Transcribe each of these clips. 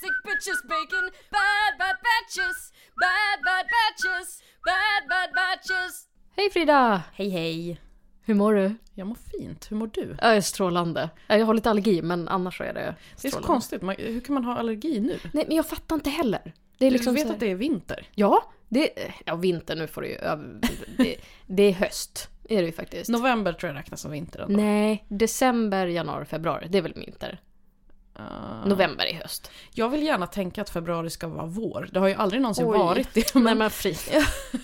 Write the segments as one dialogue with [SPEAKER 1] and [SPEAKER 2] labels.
[SPEAKER 1] sandwiches, bacon, bad bad batches, bad bad batches, bad bad batches.
[SPEAKER 2] Hej Frida!
[SPEAKER 1] Hej hej.
[SPEAKER 2] Hur mår du?
[SPEAKER 3] Jag mår fint, hur mår du?
[SPEAKER 2] Jag är strålande. Ja, Jag har lite allergi men annars så är det
[SPEAKER 3] Det är så
[SPEAKER 2] strålande.
[SPEAKER 3] konstigt, man, hur kan man ha allergi nu?
[SPEAKER 2] Nej men jag fattar inte heller. Det är liksom
[SPEAKER 3] du
[SPEAKER 2] så
[SPEAKER 3] vet
[SPEAKER 2] här-
[SPEAKER 3] att det är vinter.
[SPEAKER 2] Ja, det... Ja, vinter nu får du ju... över- Det, det är höst. Är det ju faktiskt.
[SPEAKER 3] November tror jag räknas som vinter ändå.
[SPEAKER 2] Nej, december, januari, februari. Det är väl vinter.
[SPEAKER 3] Ah.
[SPEAKER 2] November är höst.
[SPEAKER 3] Jag vill gärna tänka att februari ska vara vår. Det har ju aldrig någonsin
[SPEAKER 2] Oj.
[SPEAKER 3] varit det.
[SPEAKER 2] Nej
[SPEAKER 3] Men,
[SPEAKER 2] men fri.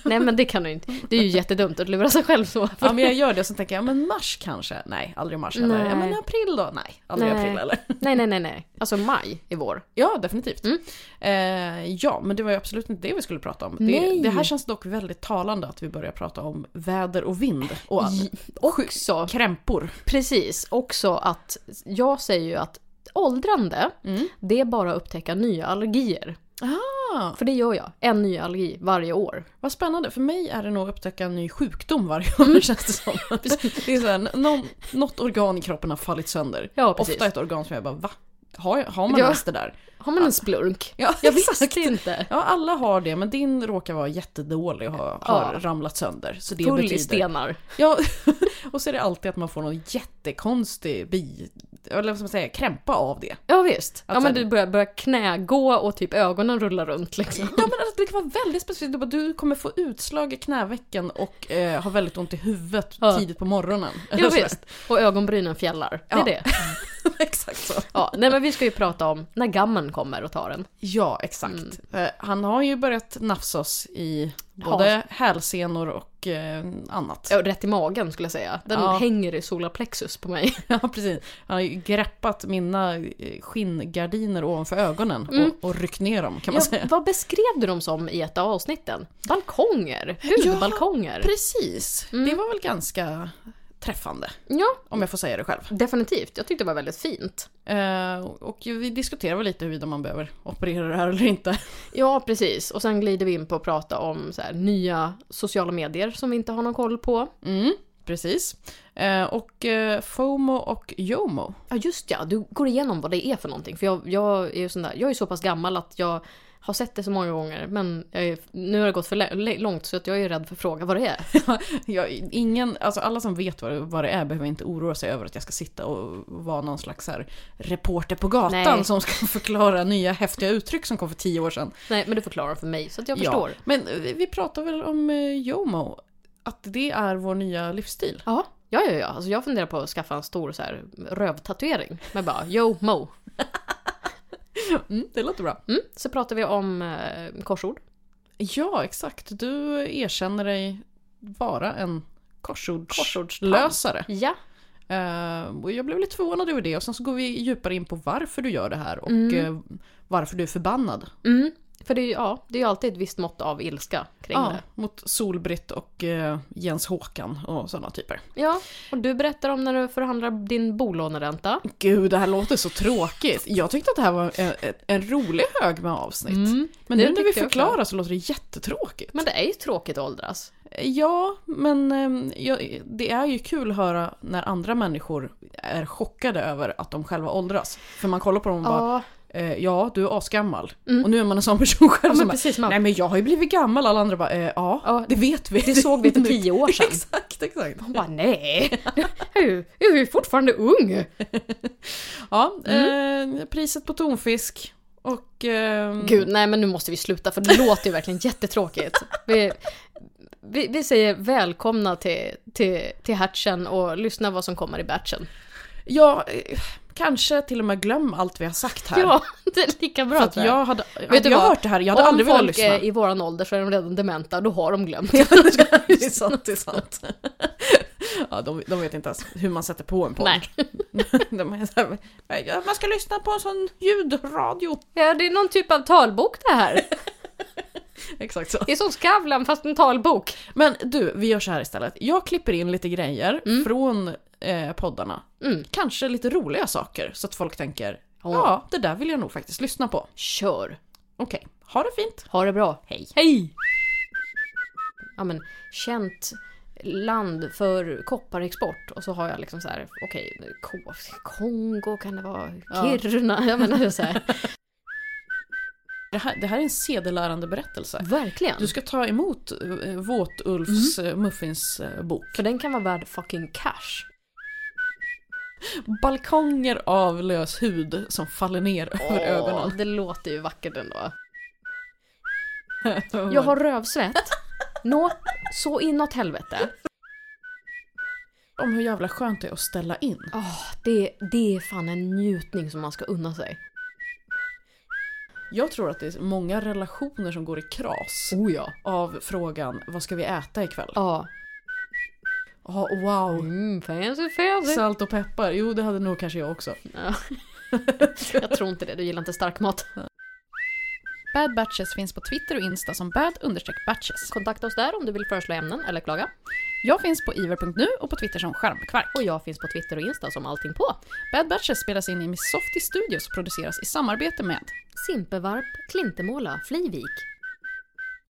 [SPEAKER 2] Nej men det kan du inte. Det är ju jättedumt att lura sig själv så.
[SPEAKER 3] ja, men jag gör det och så tänker jag, men mars kanske? Nej, aldrig mars heller. Ja,
[SPEAKER 2] Nej.
[SPEAKER 3] men april då? Nej, aldrig
[SPEAKER 2] Nej.
[SPEAKER 3] april heller.
[SPEAKER 2] Nej nej nej nej. Alltså maj är vår.
[SPEAKER 3] Ja, definitivt.
[SPEAKER 2] Mm.
[SPEAKER 3] Eh, ja, men det var ju absolut inte det vi skulle prata om.
[SPEAKER 2] Nej.
[SPEAKER 3] Det, det här känns dock väldigt talande att vi börjar prata om väder och vind och
[SPEAKER 2] J-
[SPEAKER 3] sjuk-
[SPEAKER 2] Också,
[SPEAKER 3] krämpor.
[SPEAKER 2] precis, också att jag säger ju att åldrande,
[SPEAKER 3] Mm.
[SPEAKER 2] det är bara att upptäcka nya allergier.
[SPEAKER 3] Ah,
[SPEAKER 2] För det gör jag. En ny allergi varje år.
[SPEAKER 3] vad spännande, för mig är det nog att upptäcka en ny sjukdom varje år känns det som. Mm. Det är så här, någon, något organ i kroppen har fallit sönder.
[SPEAKER 2] Ja, precis.
[SPEAKER 3] Ofta ett organ som jag bara va? Har, jag, har man
[SPEAKER 2] Ja.
[SPEAKER 3] ens det där?
[SPEAKER 2] Har man en splurk?
[SPEAKER 3] Ja,
[SPEAKER 2] Jag
[SPEAKER 3] exakt.
[SPEAKER 2] visste inte.
[SPEAKER 3] Ja, alla har det, men din råkar vara jättedålig och har, har
[SPEAKER 2] Ja.
[SPEAKER 3] ramlat sönder. Så det
[SPEAKER 2] Full i
[SPEAKER 3] betyder...
[SPEAKER 2] stenar.
[SPEAKER 3] Ja, och så är det alltid att man får någon jättekonstig bi... Eller vad ska man säga, krämpa av det.
[SPEAKER 2] Ja visst. Ja
[SPEAKER 3] Att
[SPEAKER 2] men
[SPEAKER 3] sen-
[SPEAKER 2] du börjar, börjar knägå och typ ögonen rullar runt liksom.
[SPEAKER 3] Ja men alltså, det kan vara väldigt specifikt, Du bara, du kommer få utslag i knävecken och eh, har väldigt ont i huvudet
[SPEAKER 2] Ja.
[SPEAKER 3] tidigt på morgonen.
[SPEAKER 2] Ja, alltså. visst. Och ögonbrynen fjällar. Det är
[SPEAKER 3] Ja.
[SPEAKER 2] det.
[SPEAKER 3] exakt så.
[SPEAKER 2] Ja, nej men vi ska ju prata om när gammen kommer och tar en.
[SPEAKER 3] Ja, exakt. Eh, han har ju börjat nafsa oss i både hälsenor och eh, annat.
[SPEAKER 2] Ja, Rätt i magen skulle jag säga. Den
[SPEAKER 3] Ja.
[SPEAKER 2] hänger i solarplexus på mig.
[SPEAKER 3] Ja, precis. Han har ju greppat mina eh, skinngardiner ovanför ögonen
[SPEAKER 2] Mm.
[SPEAKER 3] och, och ryckt ner dem kan man
[SPEAKER 2] Ja,
[SPEAKER 3] säga.
[SPEAKER 2] vad beskrev du dem som i ett av avsnitten? Balkonger? Hudbalkonger?
[SPEAKER 3] Precis, Mm. det var väl ganska träffande
[SPEAKER 2] Ja,
[SPEAKER 3] om jag får säga det själv.
[SPEAKER 2] definitivt. Jag tyckte det var väldigt fint.
[SPEAKER 3] Eh, och ju- vi diskuterar väl lite huruvida man behöver operera det här eller inte.
[SPEAKER 2] Ja, precis. Och sen glider vi in på att prata om så här, nya sociala medier som vi inte har någon koll på.
[SPEAKER 3] Mm, precis. Eh, och eh, FOMO och JOMO.
[SPEAKER 2] Ja, just ja. Du går igenom vad det är för någonting. För jag, jag är ju sån där, jag är så pass gammal att jag har sett det så många gånger. Men jag är, nu har det gått för lä- lä- långt så att jag är rädd för att fråga vad det är.
[SPEAKER 3] Jag, ingen, alltså alla som vet vad det, vad det är behöver inte oroa sig över att jag ska sitta och vara någon slags så här reporter på gatan
[SPEAKER 2] Nej.
[SPEAKER 3] som ska förklara nya häftiga uttryck som kom för tio år sedan.
[SPEAKER 2] Nej, men du förklarar för mig så att jag förstår.
[SPEAKER 3] Men eh, vi, vi pratar väl om eh, JOMO? Att det är vår nya livsstil.
[SPEAKER 2] Ja, ja, ja. ja. Alltså jag funderar på att skaffa en stor så här, rövtatuering med bara yo mo.
[SPEAKER 3] Mm, det låter bra.
[SPEAKER 2] Mm. Så pratar vi om eh, korsord.
[SPEAKER 3] Ja, exakt. Du erkänner dig vara en korsord,
[SPEAKER 2] Korsordspamp.
[SPEAKER 3] lösare.
[SPEAKER 2] Ja.
[SPEAKER 3] Eh, och jag blev lite förvånad över det och sen så går vi djupare in på varför du gör det här och
[SPEAKER 2] Mm.
[SPEAKER 3] eh, varför du är förbannad.
[SPEAKER 2] Mm. För det är ju ja, det är ju alltid ett visst mått av ilska kring
[SPEAKER 3] Ja,
[SPEAKER 2] det.
[SPEAKER 3] mot Solbritt och eh, Jens Håkan och sådana typer.
[SPEAKER 2] Ja, och du berättar om när du förhandlar din bolåneränta.
[SPEAKER 3] Gud, det här låter så tråkigt. Jag tyckte att det här var en, en, en rolig hög med avsnitt.
[SPEAKER 2] Mm.
[SPEAKER 3] Men
[SPEAKER 2] det
[SPEAKER 3] nu när vi
[SPEAKER 2] tyckte jag
[SPEAKER 3] förklarar så låter det jättetråkigt.
[SPEAKER 2] Men det är ju tråkigt att åldras.
[SPEAKER 3] Ja, men ehm, ja, det är ju kul att höra när andra människor är chockade över att de själva åldras. För man kollar på dem och bara,
[SPEAKER 2] Ja,
[SPEAKER 3] eh, ja du är asgammal.
[SPEAKER 2] Mm.
[SPEAKER 3] Och nu är man en sån person själv
[SPEAKER 2] ja
[SPEAKER 3] som
[SPEAKER 2] men
[SPEAKER 3] bara,
[SPEAKER 2] precis. Man,
[SPEAKER 3] Nej men jag har ju blivit gammal, alla andra bara eh, ja,
[SPEAKER 2] Ja,
[SPEAKER 3] det vet vi.
[SPEAKER 2] det såg vi för tio år sedan.
[SPEAKER 3] Exakt, exakt.
[SPEAKER 2] Hon bara nej, jag är ju- jag är ju fortfarande ung.
[SPEAKER 3] Ja, eh, priset på tonfisk och... Eh,
[SPEAKER 2] Mm. Gud, nej men nu måste vi sluta för det låter ju verkligen jättetråkigt. Vi, vi, vi säger välkomna till, till, till hatchen och lyssna vad som kommer i batchen.
[SPEAKER 3] Ja, eh, kanske till och med glöm allt vi har sagt här.
[SPEAKER 2] Ja, det är lika bra.
[SPEAKER 3] För att
[SPEAKER 2] tror
[SPEAKER 3] jag hade,
[SPEAKER 2] Vet
[SPEAKER 3] hade
[SPEAKER 2] du
[SPEAKER 3] jag
[SPEAKER 2] vad?
[SPEAKER 3] hört det här, jag hade
[SPEAKER 2] Om
[SPEAKER 3] aldrig velat
[SPEAKER 2] folk
[SPEAKER 3] lyssna.
[SPEAKER 2] är i våran ålder så är de redan dementa, då har de glömt.
[SPEAKER 3] det är sant, det är sant. Ja, de, de vet inte ens hur man sätter på en podd.
[SPEAKER 2] Nej.
[SPEAKER 3] De är så här, "Ja, man ska lyssna på en sån ljudradio.
[SPEAKER 2] Ja, det är någon typ av talbok det här.
[SPEAKER 3] Exakt så.
[SPEAKER 2] Det är som Skavlan fast en talbok.
[SPEAKER 3] Men du, vi gör så här istället. Jag klipper in lite grejer från eh, poddarna.
[SPEAKER 2] Mm.
[SPEAKER 3] Kanske lite roliga saker så att folk tänker
[SPEAKER 2] Ja.
[SPEAKER 3] ja, det där vill jag nog faktiskt lyssna på.
[SPEAKER 2] Kör!
[SPEAKER 3] Okej, ha det fint.
[SPEAKER 2] Ha det bra.
[SPEAKER 3] Hej.
[SPEAKER 2] Hej! Ja men, känt land för kopparexport och så har jag liksom så här, okej, K- Kongo kan det vara,
[SPEAKER 3] Ja.
[SPEAKER 2] alltså Kiruna, jag menar så här.
[SPEAKER 3] Det här, det här är en sedelärande berättelse.
[SPEAKER 2] Verkligen.
[SPEAKER 3] Du ska ta emot eh, Våt-Ulfs
[SPEAKER 4] Mhm.
[SPEAKER 3] eh, Muffins eh, bok.
[SPEAKER 2] För den kan vara värd fucking cash.
[SPEAKER 3] Balkonger av lös hud som faller ner över ögonen.
[SPEAKER 2] Det låter ju vackert ändå. Jag har rövsvett. Nå, så inåt helvete.
[SPEAKER 3] Om hur jävla skönt det är att ställa in.
[SPEAKER 2] Oh, det, det är fan en njutning som man ska unna sig.
[SPEAKER 3] Jag tror att det är många relationer som går i kras
[SPEAKER 2] Oh ja.
[SPEAKER 3] av frågan vad ska vi äta ikväll?
[SPEAKER 2] Ja.
[SPEAKER 3] Ja, wow.
[SPEAKER 2] Mm, fancy fancy.
[SPEAKER 3] Salt och peppar. Jo, det hade nog kanske jag också.
[SPEAKER 2] Ja. Jag tror inte det, du gillar inte starkmat.
[SPEAKER 4] Bad Batches finns på Twitter och Insta som bad-batches.
[SPEAKER 2] Kontakta oss där om du vill föreslå ämnen eller klaga.
[SPEAKER 4] Jag finns på iver.nu och på Twitter som skärmkvark.
[SPEAKER 2] Och jag finns på Twitter och Insta som allting på.
[SPEAKER 4] Bad Batches spelas in i Missofty Studios och produceras i samarbete med
[SPEAKER 2] Simpevarp, Klintemåla, Flivik,